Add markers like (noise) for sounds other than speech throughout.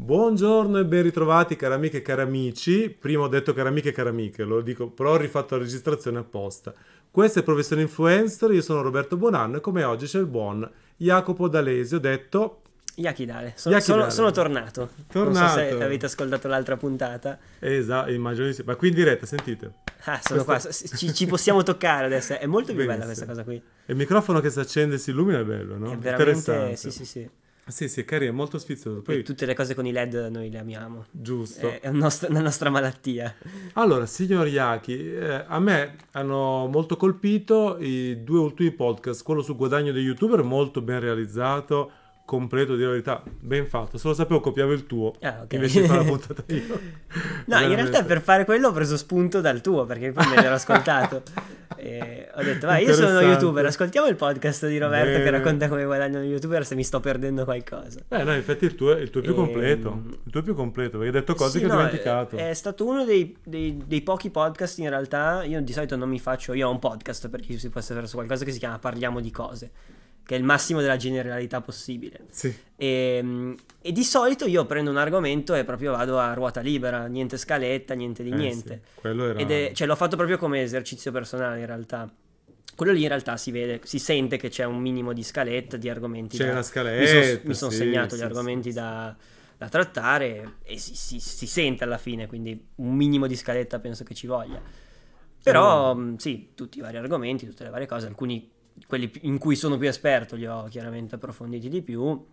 Buongiorno e ben ritrovati cari amiche e cari amici. Prima ho detto cari amiche e cari amiche, lo dico, però ho rifatto la registrazione apposta. Questo è Professione Influencer, io sono Roberto Bonanno e come oggi c'è il buon Jacopo D'Alesio, detto Yakidale, sono, Yakidale. sono- sono tornato. Non so Tornato. se avete ascoltato l'altra puntata. Esatto, immagino di sì. Ma qui in diretta, sentite. Ah, sono Questo- qua. s- Ci, ci possiamo toccare adesso. È molto più bella questa Benissimo. cosa qui. Il microfono che si accende e si illumina è bello, no? è veramente. Interessante. Sì, sì, sì. Sì, sì, è carino, è molto sfizioso. Poi, E tutte le cose con i LED noi le amiamo. giusto. È, è un nostro- una nostra malattia. Allora, signor Iachi, eh, a me hanno molto colpito i due ultimi podcast, quello sul guadagno dei youtuber, molto ben realizzato, completo di verità, ben fatto. Se lo sapevo copiavo il tuo, Ah, ok. invece di fare (laughs) la puntata io. No, in Veramente. realtà per fare quello ho preso spunto dal tuo perché poi me (laughs) l'ero ascoltato. E ho detto, vai, io sono Interessante. youtuber, ascoltiamo il podcast di Roberto Bene. che racconta come guadagnano gli youtuber se mi sto perdendo qualcosa. Eh no, infatti il tuo, è- il tuo è più Ehm, completo, il tuo è più completo, perché hai detto cose Sì, che ho no, eh, dimenticato. È, è stato uno dei, dei- dei pochi podcast in realtà. Io di solito non mi faccio. Io ho un podcast per chi si può sapere su qualcosa che si chiama Parliamo di cose, che è il massimo della generalità possibile. Sì, E, e di solito io prendo un argomento e proprio vado a ruota libera, niente scaletta, niente di eh, niente. sì, quello era... Ed è- cioè, l'ho fatto proprio come esercizio personale in realtà. Quello lì in realtà si vede, si sente che c'è un minimo di scaletta, di argomenti C'è da, una scaletta. mi sono sì, segnato sì, sì, gli argomenti sì. da, da trattare e si, si- si sente alla fine, quindi un minimo di scaletta penso che ci voglia. Però mh, sì, tutti i vari argomenti, tutte le varie cose, alcuni quelli pi- in cui sono più esperto li ho chiaramente approfonditi di più.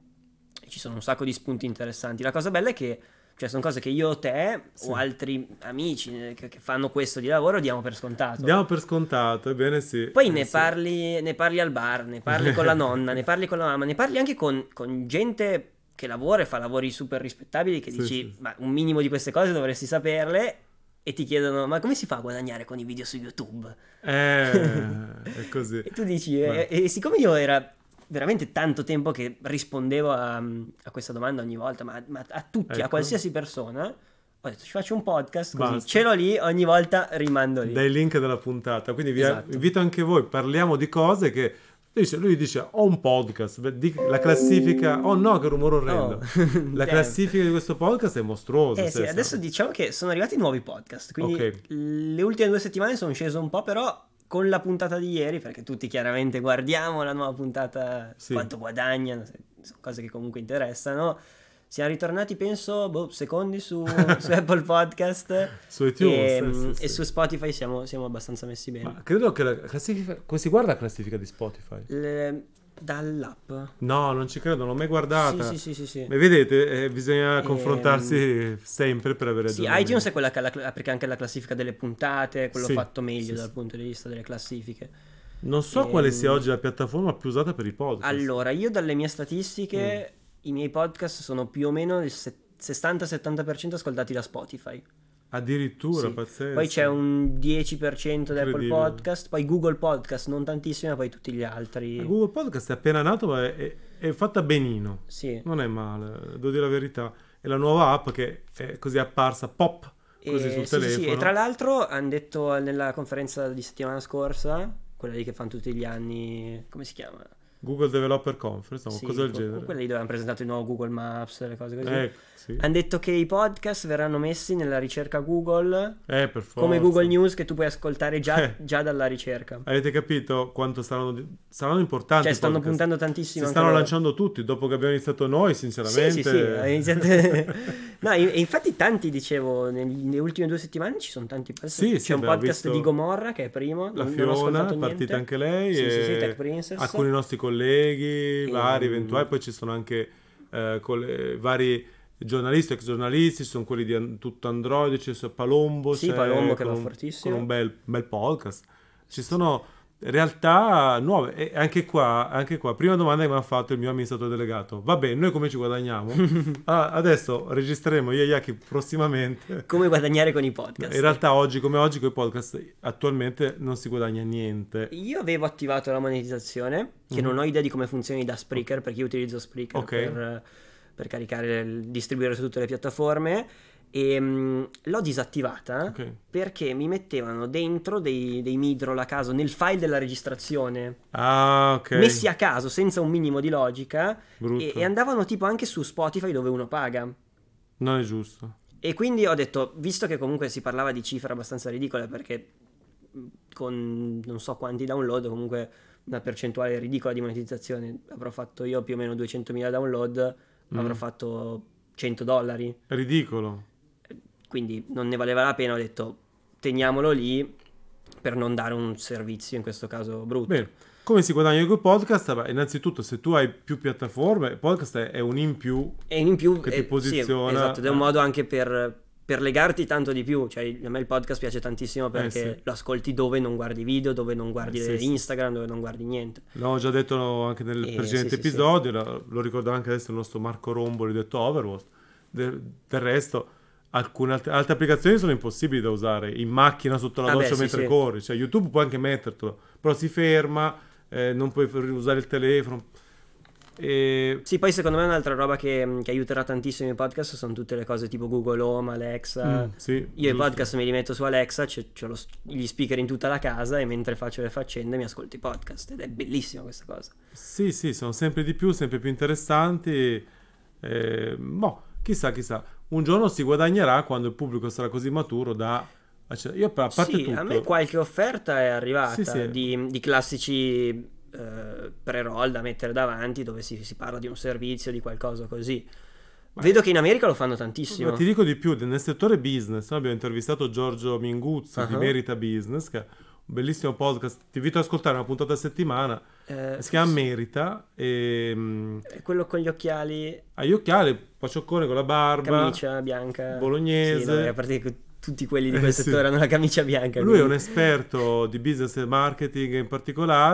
Ci sono un sacco di spunti interessanti. La cosa bella è che cioè, sono cose che io, te Sì. o altri amici eh, che, che fanno questo di lavoro diamo per scontato. Diamo per scontato, ebbene sì. Poi eh ne sì. parli, ne parli al bar, ne parli (laughs) con la nonna, ne parli con la mamma, ne parli anche con, con gente che lavora e fa lavori super rispettabili che Sì, dici, sì, sì. ma un minimo di queste cose dovresti saperle e ti chiedono, ma come si fa a guadagnare con i video su YouTube? (laughs) Eh, è così. E tu dici, eh, Beh. e, e siccome io era veramente tanto tempo che rispondevo a, a questa domanda ogni volta, ma, ma a tutti, Ecco. a qualsiasi persona, ho detto, ci faccio un podcast così, Basta. ce l'ho lì, ogni volta rimando lì. dai link della puntata. Quindi vi Esatto. invito anche voi, parliamo di cose che. dice- Lui dice: Ho un podcast. beh, di- La classifica. Oh no, che rumore orrendo! Oh. (laughs) La Damn. classifica di questo podcast è mostruosa. Eh cioè, sì, adesso diciamo che sono arrivati nuovi podcast, quindi Ok. le ultime due settimane sono sceso un po', però con la puntata di ieri, perché tutti chiaramente guardiamo la nuova puntata, Sì. quanto guadagnano, se- sono cose che comunque interessano, siamo ritornati penso boh, secondi su, (laughs) su Apple Podcast Su iTunes. e, mm, eh, sì, sì. e su Spotify siamo, siamo abbastanza messi bene. Ma credo che la classifica. Come si guarda la classifica di Spotify? Le- dall'app? No, non ci credo, non l'ho mai guardata. Sì, sì, sì, sì, sì. Ma vedete, eh, bisogna confrontarsi sempre per avere Sì, aggiornamenti. iTunes è quella che ha la cla- perché anche la classifica delle puntate, quello Sì, fatto meglio sì, dal sì. punto di vista delle classifiche. Non so quale sia Ehm, oggi la piattaforma più usata per i podcast. Allora, io dalle mie statistiche, Mm. i miei podcast sono più o meno il se- 60-70% ascoltati da Spotify. Addirittura, Sì. pazzesco. Poi c'è un 10% da Apple Incredibile. Podcast, poi Google Podcast, non tantissimo, e poi tutti gli altri. Google Podcast è appena nato, ma è- è- è fatta benino. Sì. Non è male, devo dire la verità. È la nuova app che è così apparsa, pop, così E- sul Eh, sì, sì, sì, telefono. E tra l'altro hanno detto nella conferenza di settimana scorsa, quella lì che fanno tutti gli anni, come si chiama? Google Developer Conference, no, Sì, cosa del que- genere. Quella lì dove hanno presentato il nuovo Google Maps, le cose così. Eh, sì. Hanno detto che i podcast verranno messi nella ricerca Google Eh, per forza. come Google News che tu puoi ascoltare già, (laughs) Eh. già dalla ricerca. Avete capito quanto saranno, di- saranno importanti? Cioè, i stanno podcast? puntando tantissimo. Si anche stanno loro. lanciando tutti dopo che abbiamo iniziato noi, sinceramente. Sì, sì, sì. ha iniziato- (laughs) no, e e infatti tanti, dicevo, nel- nelle ultime due settimane ci sono tanti podcast. Sì, C'è sì, un beh, ho podcast visto di Gomorra che è primo. La non- non ho Fiona ascoltato è niente. partita anche lei. Sì, e sì, sì, Tech Princess. Ehm, Alcuni nostri colleghi, E- vari, eventuali. Poi ci sono anche eh, colle- vari giornalisti, ex giornalisti, ci sono quelli di an- tutto Android, c'è so- Palombo. Sì, c'è Palombo che con va un- fortissimo. Con un bel, bel podcast. Ci sono realtà nuove. E anche qua, anche qua, prima domanda che mi ha fatto il mio amministratore delegato. Vabbè, noi come ci (laughs) guadagniamo? Ah, adesso registreremo io e Iaki prossimamente. Come guadagnare con i No, podcast. In realtà oggi come oggi con i podcast attualmente non si guadagna niente. Io avevo attivato la monetizzazione, che Mhm. non ho idea di come funzioni da Spreaker, perché io utilizzo Spreaker Ok. per, per caricare, il- distribuire su tutte le piattaforme, e mh, l'ho disattivata Ok. perché mi mettevano dentro dei, dei midroll a caso nel file della registrazione, Ah, ok. messi a caso, senza un minimo di logica, Brutto. e, e andavano tipo anche su Spotify dove uno paga. Non è giusto. E quindi ho detto, visto che comunque si parlava di cifre abbastanza ridicole, perché con non so quanti download, comunque una percentuale ridicola di monetizzazione, avrò fatto io più o meno 200.000 download, Mm. avrò fatto 100 dollari, È ridicolo. quindi non ne valeva la pena, ho detto teniamolo lì per non dare un servizio in questo caso brutto. Bene, come si guadagna con i podcast? Beh, innanzitutto, se tu hai più piattaforme, il podcast è è un in più. E in più Che ti eh, sì, posiziona- esatto, ed è un eh. modo anche per, per legarti tanto di più. Cioè, a me il podcast piace tantissimo perché Eh, sì. lo ascolti dove non guardi video, dove non guardi Eh, sì, sì. Instagram, dove non guardi niente. L'ho già detto anche nel Eh, precedente sì, sì, sì. episodio, la- lo ricordo anche adesso il nostro Marco Romboli detto Overwatch. De- del resto, alcune altre, altre applicazioni sono impossibili da usare in macchina sotto la Ah, beh, doccia sì, mentre sì. corri. Cioè, YouTube puoi anche mettertelo, però si ferma, eh, non puoi f- usare il telefono. E... Sì, poi secondo me un'altra roba che, che aiuterà tantissimo i podcast sono tutte le cose tipo Google Home, Alexa. Mm, sì, Io i giusto. podcast me li metto su Alexa, ho gli speaker in tutta la casa e mentre faccio le faccende mi ascolto i podcast ed è bellissima questa cosa. Sì, sì, sono sempre di più, sempre più interessanti. Eh, boh, chissà, chissà. Un giorno si guadagnerà quando il pubblico sarà così maturo da... acced- Io, però, a parte sì, tutto... a me qualche offerta è arrivata Sì, sì. Di, di classici eh, pre-roll da mettere davanti dove si, si parla di un servizio, di qualcosa così. Ma- Vedo che in America lo fanno Ma tantissimo. ti dico di più, nel settore business, noi abbiamo intervistato Giorgio Minguzzi di Ah. Merita Business, che è un bellissimo podcast, ti invito ad ascoltare una puntata a settimana, Eh, si chiama Merita, e, mm, è quello con gli occhiali, ha gli occhiali, pacioccone con la barba, camicia bianca. bolognese. Sì, vabbè, a parte che tutti quelli di Eh, quel sì. settore hanno la camicia bianca. Lui è un quindi- esperto di business e marketing in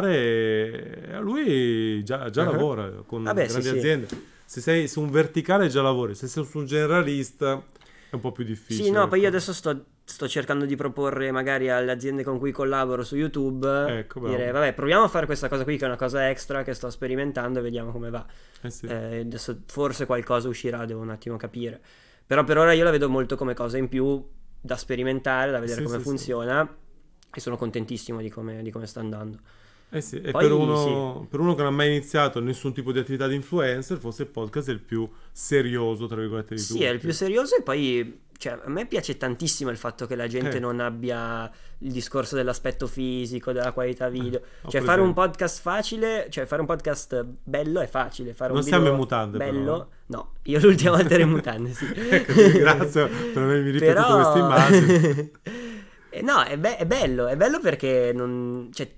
particolare, e lui già, già Ah. lavora con Vabbè, sì, grandi sì. aziende. Se sei su un verticale già lavori, se sei su un generalista è un po' più difficile. Sì, no, poi io ecco. adesso sto, sto cercando di proporre magari alle aziende con cui collaboro su YouTube. Ecco, bravo. dire, vabbè, proviamo a fare questa cosa qui che è una cosa extra che sto sperimentando e vediamo come va. Eh sì. Eh, adesso forse qualcosa uscirà, devo un attimo capire. Però per ora io la vedo molto come cosa in più da sperimentare, da vedere Sì, come sì, sì. funziona. E sono contentissimo di come, di come sta andando. Eh sì, e Poi per uno, per uno che non ha mai iniziato nessun tipo di attività di influencer, forse il podcast è il più serioso, tra virgolette, di Sì, tutti. è il più serioso e poi cioè, a me piace tantissimo il fatto che la gente Eh. non abbia il discorso dell'aspetto fisico, della qualità video. Eh, ho cioè fare presente. un podcast facile, cioè fare un podcast bello è facile. Fare Non un siamo video in mutande, però, eh. bello. No, io l'ultima volta ero in mutande, sì. (laughs) Ecco, ti (laughs) ringrazio per avermi ripetuto queste immagini. Eh, no, è, be- è bello, è bello perché non... cioè,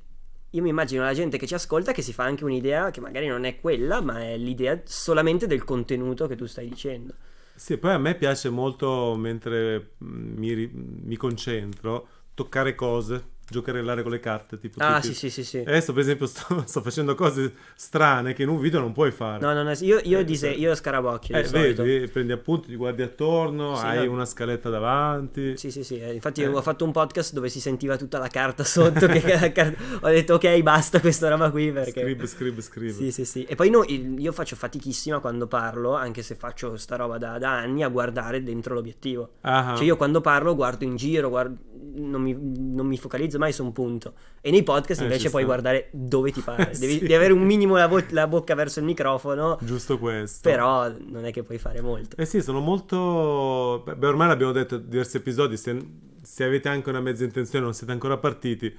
io mi immagino la gente che ci ascolta che si fa anche un'idea che magari non è quella, ma è l'idea solamente del contenuto che tu stai dicendo. Sì, poi a me piace molto, mentre mm, mi, ri- mi concentro, toccare cose, giocherellare con le carte, tipo... Ah, tutti- Eh, sì, sì, sì, sì. Adesso, per esempio, sto, (laughs) sto facendo cose strane che in un video non puoi fare. No, no, no, io, io, Eh, dise- sì. io scarabocchio Eh, di solito. vedi, prendi appunti, ti guardi attorno, Sì, hai no. una scaletta davanti. Sì, sì, sì, eh, infatti Eh. ho fatto un podcast dove si sentiva tutta la carta sotto, che (laughs) la car- ho detto ok basta questa roba qui perché... Scrib, scrib, scrib. Sì, sì, sì. E poi no, il- io faccio fatichissima quando parlo, anche se faccio sta roba da, da anni, a guardare dentro l'obiettivo. Ah, Cioè io quando parlo guardo in giro, guard- non, mi, non mi focalizzo mai su un punto. E nei podcast Eh, ci invece puoi sta. guardare dove ti (laughs) pare. Eh, Devi, sì. devi avere un minimo la, vo- la bocca verso il microfono, Giusto questo. però non è che puoi fare molto. Eh sì, sono molto... Beh, beh, ormai l'abbiamo detto in diversi episodi, se, se avete anche una mezza intenzione, non siete ancora partiti,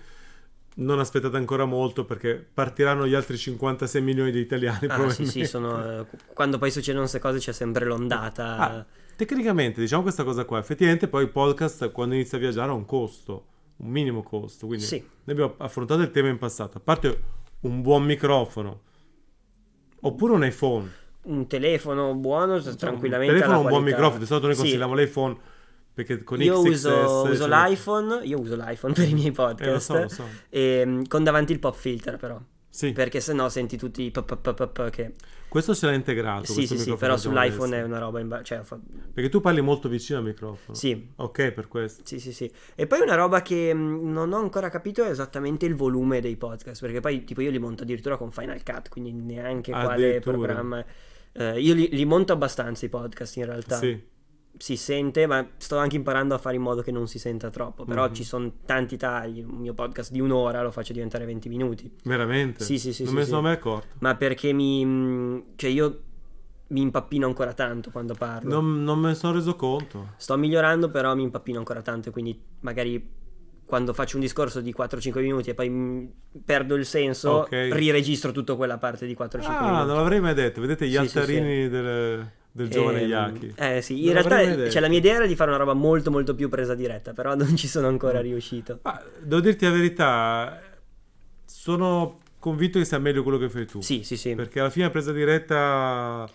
non aspettate ancora molto perché partiranno gli altri 56 milioni di italiani Ah, sì, probabilmente. sì, sono, eh, qu- quando poi succedono queste cose c'è sempre l'ondata. Ah, eh. tecnicamente, diciamo questa cosa qua, effettivamente poi il podcast quando inizia a viaggiare ha un costo, un minimo costo, quindi Sì. ne abbiamo affrontato il tema in passato, a parte un buon microfono, oppure un iPhone. Un telefono buono, s- Mm. tranquillamente. Il telefono ha alla un buon qualità. microfono, di solito noi Sì, consigliamo l'iPhone perché con Io XXS... uso, uso cioè- l'iPhone, io uso l'iPhone per i miei Eh, lo podcast. so, lo so. ehm, con davanti il pop filter, però. Sì, Perché sennò senti tutti i pop, pop, pop, pop che. questo ce l'ha integrato. Sì, questo sì, sì, microfono però che abbiamo sull'iPhone è adesso. una roba. imba- cioè, fa- Perché tu parli molto vicino al microfono. Sì, Ok, per questo. Sì, sì, sì. E poi una roba che mh, non ho ancora capito è esattamente il volume dei podcast, perché poi tipo io li monto addirittura con Final Cut, quindi neanche quale Addirittura. programma. Eh, io li, li monto abbastanza i podcast in realtà. Sì. Si sente, ma sto anche imparando a fare in modo che non si senta troppo. Però Mhm. ci sono tanti tagli. Un mio podcast di un'ora lo faccio diventare 20 minuti. Veramente? Sì, sì, sì, Non sì, me ne sì. sono mai accorto. Ma perché mi. mh, cioè mhmm, io. mi impappino ancora tanto quando parlo. Non, non me ne sono reso conto. Sto migliorando, però mi impappino ancora tanto, quindi magari quando faccio un discorso di 4-5 minuti e poi mh, perdo il senso, Ok. riregistro tutta quella parte di 4-5 Ah, minuti. non l'avrei mai detto. Vedete gli Sì, sì, altarini del, del giovane Ehm, Yaki. Eh sì, in Non l'avrei mai realtà detto. cioè, la mia idea era di fare una roba molto molto più presa diretta, però (laughs) non ci sono Mm. ancora riuscito. Ma devo dirti la verità, sono convinto che sia meglio quello che fai tu. Sì, sì, sì. Perché alla fine la presa diretta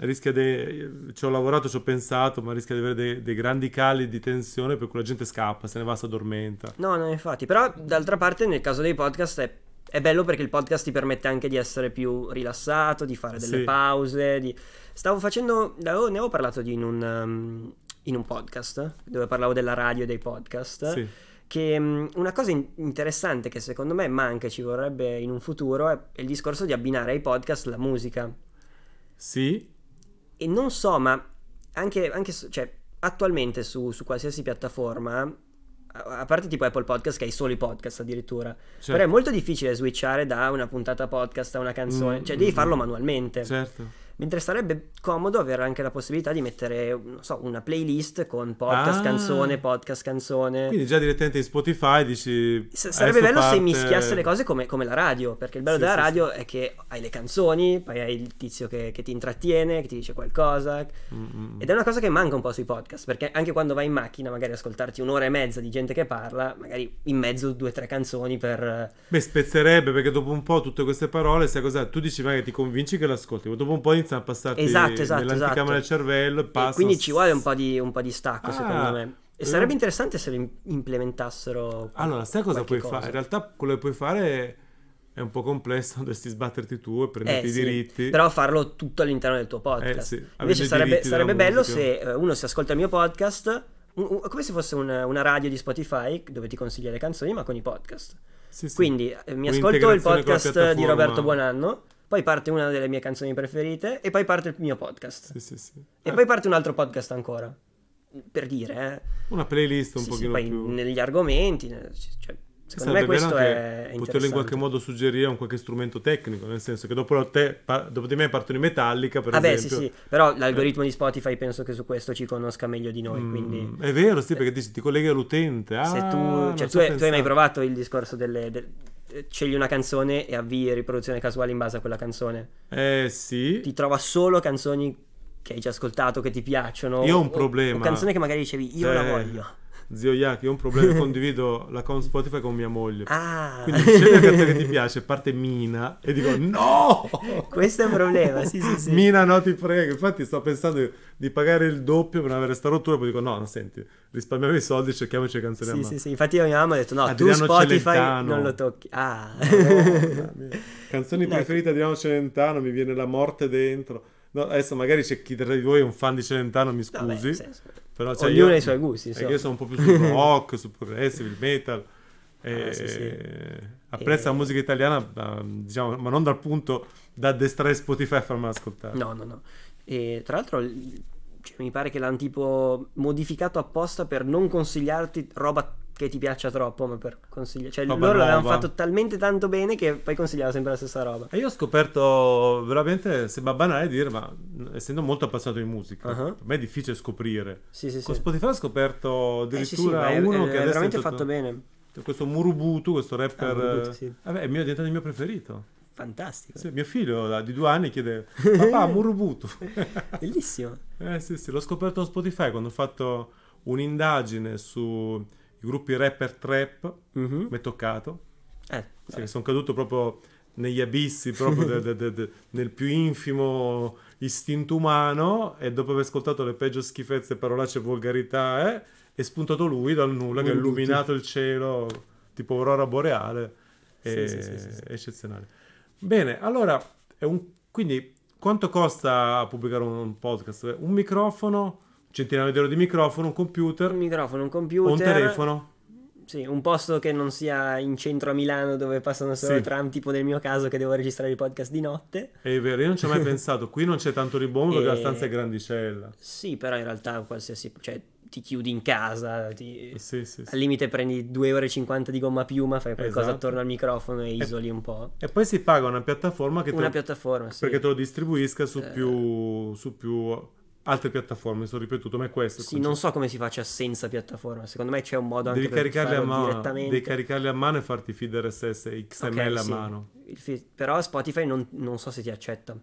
rischia di... Ci ho lavorato, ci ho pensato, ma rischia di avere dei, dei grandi cali di tensione per cui la gente scappa, se ne va, si addormenta. No, no, infatti, però d'altra parte nel caso dei podcast è, è bello perché il podcast ti permette anche di essere più rilassato, di fare delle Sì. pause. di- Stavo facendo, l'avevo- ne avevo parlato di in un, um, in un podcast dove parlavo della radio e dei podcast. Sì. Che um, una cosa in- interessante che secondo me manca e ci vorrebbe in un futuro è è il discorso di abbinare ai podcast la musica. Sì? E non so, ma anche, anche su- cioè, attualmente su, su qualsiasi piattaforma, a, a parte tipo Apple Podcast, che hai solo i podcast addirittura, Certo. però è molto difficile switchare da una puntata podcast a una canzone, Mm, cioè devi mm, farlo mm. manualmente. Certo. Mentre sarebbe comodo avere anche la possibilità di mettere, non so, una playlist con podcast Ah. canzone, podcast canzone. Quindi già direttamente in Spotify dici... S- sarebbe adesso bello se parte- mischiasse le cose come, come la radio, perché il bello Sì, della sì, radio è che hai le canzoni, poi hai il tizio che, che ti intrattiene, che ti dice qualcosa. Mm, mm, mm. Ed è una cosa che manca un po' sui podcast, perché anche quando vai in macchina, magari ascoltarti un'ora e mezza di gente che parla, magari in mezzo due o tre canzoni per... Beh, spezzerebbe perché dopo un po' tutte queste parole, sai cosa? Tu dici magari ti convinci che l'ascolti, ma dopo un po' iniziano a passarti Esatto, esatto, nell'anticamera esatto. del cervello e E passano. quindi ci vuole un po' di, un po' di stacco, Ah, secondo me. E eh. sarebbe interessante se lo im- implementassero... Allora, sai cosa qualche puoi fare? In realtà quello che puoi fare è un po' complesso, (laughs) dovresti sbatterti tu e prenderti Eh, i sì, diritti. Però farlo tutto all'interno del tuo podcast. Eh, sì, avendo Invece i sarebbe, diritti della sarebbe bello musica. se eh, uno si ascolta il mio podcast, un- un- come se fosse una, una radio di Spotify dove ti consiglia le canzoni, ma con i podcast. Sì, sì. Quindi eh, mi ascolto il Un'integrazione con la podcast eh, di piattaforma. Roberto Buonanno, poi parte una delle mie canzoni preferite e poi parte il mio podcast. Sì, sì, sì. E Eh, poi parte un altro podcast ancora. Per dire, eh. Una playlist un Sì, sì, pochino poi più... negli argomenti, ne- cioè, secondo Sarebbe me bello questo anche è poterlo in qualche interessante. modo suggerire un qualche strumento tecnico, nel senso che dopo, te, par- dopo di me partono i Metallica, per Ah beh, sì, esempio. Eh. sì, però l'algoritmo di Spotify penso che su questo ci conosca meglio di noi, Mm, quindi È vero, sì, perché dici ti colleghi all'utente. se Ah, tu, non cioè, ci tu, ho hai- tu hai mai pensato. provato il discorso delle... del- eh, scegli una canzone e avvii riproduzione casuale in base a quella canzone. Eh sì. Ti trova solo canzoni che hai già ascoltato, che ti piacciono. Io ho un o- problema. O canzoni che magari dicevi, io la Eh, voglio. Zio Yaki, ho un (laughs) problema, condivido la con Spotify con mia moglie. Ah! Quindi scegli (laughs) la canzone che ti piace, parte Mina e dico no! Questo è un problema, sì, sì, sì. Mina no ti prego, infatti sto pensando di pagare il doppio per non avere sta rottura, poi dico no, no senti, risparmiamo i soldi e cerchiamoci le canzoni a Sì, mano. sì, sì. Infatti io a mia mamma ho detto, no, tu Adriano Spotify Celentano. non lo tocchi. Ah! (laughs) Madonna mia. Canzoni Ecco. preferite di Adriano Celentano, mi viene la morte dentro. No, adesso magari c'è chi tra di voi è un fan di Celentano, mi No, beh, scusi. nel senso- però cioè, ognuno io- ha i suoi gusti, perché insomma. io sono un po' più (laughs) sul rock, sul progressive, il metal. E... Ah, sì, sì. Apprezzo E- la musica italiana, da- diciamo, ma non dal punto da addestrare Spotify a farmela ascoltare. No, no, no. E tra l'altro l- cioè, mi pare che l'hanno tipo modificato apposta per non consigliarti roba che ti piaccia troppo, ma per consigliare... Cioè Roba loro l'avevano nuova. fatto talmente tanto bene che poi consigliava sempre la stessa roba. E io ho scoperto veramente, sembra banale dire, ma essendo molto appassionato di musica, Ah. per me è difficile scoprire. Sì, sì, sì. Con Spotify ho scoperto Eh, sì, sì, ma addirittura è, uno è- che è adesso è veramente diventato- fatto bene. questo Murubutu, questo rapper, Ah, Murubutu, sì. eh, vabbè, è, mio- è diventato il mio preferito. Fantastico. Sì, mio figlio da- di due anni (laughs) chiede, papà Murubutu. Bellissimo. eh sì, sì, l'ho scoperto su Spotify quando ho fatto un'indagine sui gruppi rapper trap, Mhm. mi è toccato, Eh, Sì, vabbè. sono caduto proprio negli abissi, proprio de- de- de- de- nel più infimo istinto umano e dopo aver ascoltato le peggio schifezze, parolacce e volgarità, eh, è spuntato lui dal nulla che ha Murubutu. illuminato il cielo tipo aurora boreale. È Sì, sì, sì, sì, sì. eccezionale. Bene, allora, è un- quindi quanto costa pubblicare un, un podcast? Un microfono, centinaio di euro di microfono, un Un computer, microfono, un o computer. un telefono? Sì, un posto che non sia in centro a Milano dove passano solo Sì. tram, tipo nel mio caso che devo registrare i podcast di notte. È vero, io non (laughs) ci ho mai pensato. Qui non c'è tanto ribombo perché la E- stanza è grandicella. Sì, però in realtà qualsiasi, cioè ti chiudi in casa, ti- Sì, sì, sì. al limite prendi 2 ore e 50 di gomma piuma, fai qualcosa Esatto. attorno al microfono e isoli un po'. E poi si paga una piattaforma che te Una lo- piattaforma, sì. perché te lo distribuisca su, Eh. più, su più altre piattaforme. Sono ripetuto, ma è questo. il Sì, non so come si faccia senza piattaforma, secondo me c'è un modo anche devi per caricarli, a farlo mano, direttamente. devi caricarli a mano e farti i feed RSS XML Ok, a sì. mano. Il fi- Però Spotify non, non so se ti accetta.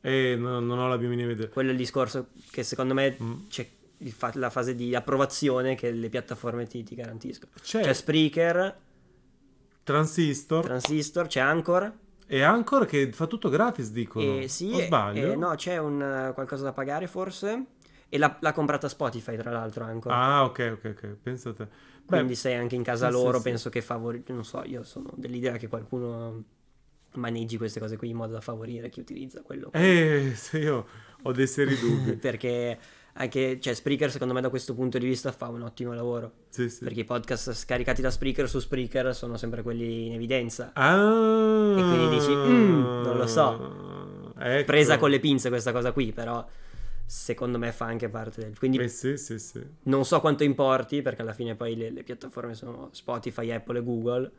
E non, non ho la più minima idea. Quello è il discorso che secondo me Mm. c'è il fa- la fase di approvazione che le piattaforme ti, ti garantiscono. C'è C'è Spreaker, Transistor Transistor, c'è Anchor. e Anchor che fa tutto gratis, dicono. E Eh, sì, o e- sbaglio? e no, c'è un, eh, qualcosa da pagare forse. E l'ha, l'ha comprata Spotify, tra l'altro, Anchor. Ah, ok, ok, ok. Pensa te. Beh, ecco. Quindi sei anche in casa sì, sì, loro, sì. penso che favori... Non so, io sono dell'idea che qualcuno maneggi queste cose qui in modo da favorire chi utilizza quello. Eh, se io ho dei seri (laughs) dubbi. perché anche cioè, Spreaker secondo me da questo punto di vista fa un ottimo lavoro Sì, sì. perché i podcast scaricati da Spreaker su Spreaker sono sempre quelli in Ecco. evidenza Ah, Ecco. E quindi dici, "Mm, non lo so. presa con le pinze questa cosa qui però secondo me fa anche parte del quindi Eh sì, sì, sì. non so quanto importi perché alla fine poi le, le piattaforme sono Spotify, Apple e Google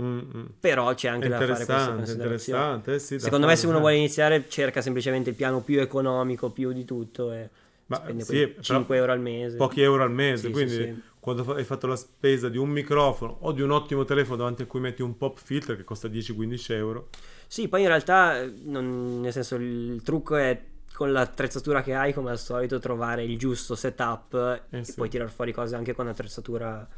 Mm, mm. però c'è anche da fare questa Interessante, considerazione interessante. eh sì, da secondo me se fare, uno eh. vuole iniziare cerca semplicemente il piano più economico più di tutto e spende sì, quei però 5 euro al mese Pochi euro al mese, Sì, sì, quindi sì. quando fa- hai fatto la spesa di un microfono o di un ottimo telefono davanti a cui metti un pop filter che costa 10-15 euro, Sì, poi in realtà, eh, non- nel senso, il trucco è con l'attrezzatura che hai, come al solito, trovare il giusto setup Eh e sì. poi tirar fuori cose anche con attrezzatura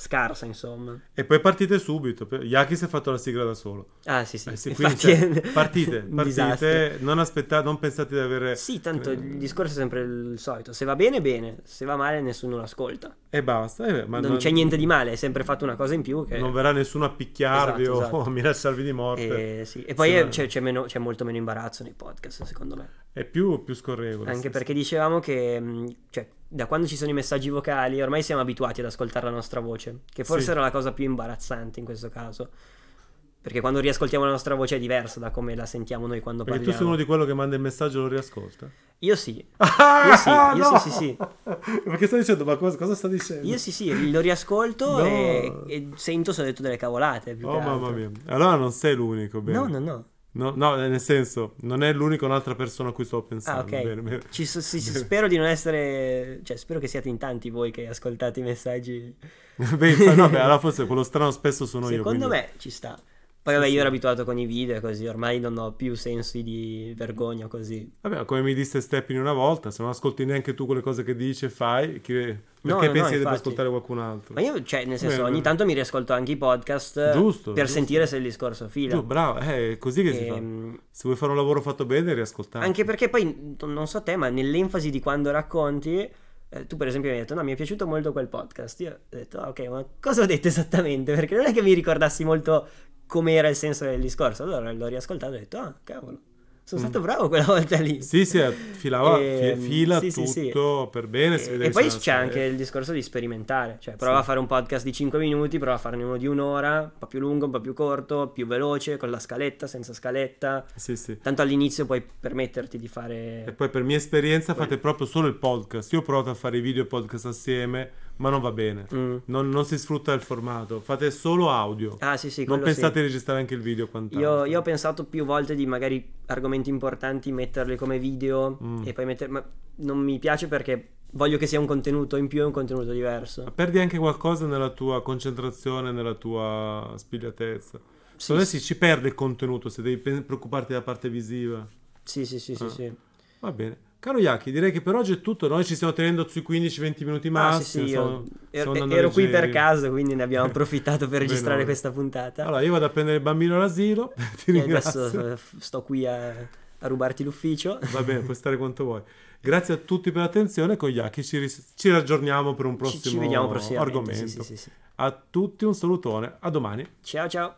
scarsa, insomma. e poi partite subito. per- Yaki si è fatto la sigla da solo. Ah, sì, sì. Eh sì, quindi, Infatti, cioè, (laughs) è partite, un disastro. partite, non aspettate, non pensate di avere... Sì, tanto Eh, il discorso è sempre il solito. Se va bene, bene. Se va male, nessuno l'ascolta. E basta. eh, ma non, c'è niente di male, hai sempre fatto una cosa in più che... Non verrà nessuno a picchiarvi Esatto, o (laughs) esatto. a minacciarvi di morte. Eh, sì. E poi Se eh, no- c'è, c'è meno- c'è molto meno imbarazzo nei podcast, secondo me. È più, più scorrevole. sì, Anche sì. perché dicevamo che mh, cioè, da quando ci sono i messaggi vocali ormai siamo abituati ad ascoltare la nostra voce, che forse Sì. era la cosa più imbarazzante in questo caso. Perché quando riascoltiamo la nostra voce è diversa da come la sentiamo noi quando Perché tu sei parliamo. uno di quello che manda il messaggio e lo riascolta? Io sì, Ah, Io sì, io sì, sì, sì. (laughs) Perché sto dicendo, ma cosa, cosa sta dicendo? io sì, sì, lo riascolto No. e, e sento se ho detto delle cavolate. più Oh che mamma altro. mia. Allora non sei l'unico, bene. No, no, no. No, no, nel senso, non è l'unico un'altra persona a cui sto pensando. Ah, ok. Bene, bene. Ci so- sì, sì, Bene. spero di non essere. Cioè, spero che siate in tanti voi che ascoltate i messaggi. (laughs) Beh, infa- no, beh, allora forse quello strano spesso sono io. Secondo quindi- me ci sta. Poi vabbè, io ero abituato con i video e così, ormai non ho più sensi di vergogna così. Vabbè, come mi disse Steppini una volta, se non ascolti neanche tu quelle cose che dici e fai, chi- perché no, no, pensi che debba infatti. ascoltare qualcun altro? Ma io, cioè, nel senso, Beh, ogni beh. tanto mi riascolto anche i podcast eh, Giusto, per giusto. sentire se il discorso fila. Giù, bravo, eh, è così che si fa. Ehm, Se vuoi fare un lavoro fatto bene, riascoltare. anche perché poi, n- non so te, ma nell'enfasi di quando racconti, eh, tu per esempio mi hai detto, no, mi è piaciuto molto quel podcast. Io ho detto, "Ah, ok, ma cosa ho detto esattamente? Perché non è che mi ricordassi molto com'era il senso del discorso. Allora l'ho riascoltato e ho detto, ah, cavolo, sono stato bravo quella volta lì. Mm. Sì, sì, filava, Ehm, fi- fila sì, sì, tutto sì. Eh, per bene. si eh. vede E, e che poi sono- c'è anche il discorso di sperimentare, cioè prova Sì. a fare un podcast di 5 minuti, prova a farne uno di un'ora, un po' più lungo, un po' più corto, più veloce, con la scaletta, senza scaletta. Sì, sì. Tanto all'inizio puoi permetterti di E fare... poi per mia esperienza Quello. fate proprio solo il podcast. Io ho provato a fare i video e podcast assieme, ma non va bene. Mm. Non, non si sfrutta il formato. Fate solo audio. Ah sì sì, non quello sì. pensate di registrare anche il video quant'altro. Io, io ho pensato più volte di magari argomenti importanti metterli come video Mm. e poi metterli... Ma non mi piace perché voglio che sia un contenuto in più e un contenuto Ma diverso. perdi anche qualcosa nella tua concentrazione, nella tua spigliatezza. Sì, Secondo me sì, si- ci perde il contenuto se devi pe- preoccuparti della parte visiva. sì, sì, sì, sì, Ah. sì. Va bene. Caro Yaki, direi che per oggi è tutto. Noi ci stiamo tenendo sui 15-20 minuti Ah, massimo. sì, sì, io stiamo- ero, stiamo andando ero qui per leggeri. caso, quindi (laughs) ne abbiamo approfittato per Bene, registrare bene. questa puntata. Allora, io vado a prendere il bambino all'asilo. (laughs) Ti E ringrazio. adesso eh, f- sto qui a, a rubarti l'ufficio. (laughs) Va bene, puoi stare quanto vuoi. Grazie a tutti per l'attenzione. Con Yaki ci, ris- ci raggiorniamo per un Ci- prossimo ci vediamo prossimamente. sì, argomento. sì, sì, sì. A tutti un salutone. A domani. Ciao ciao.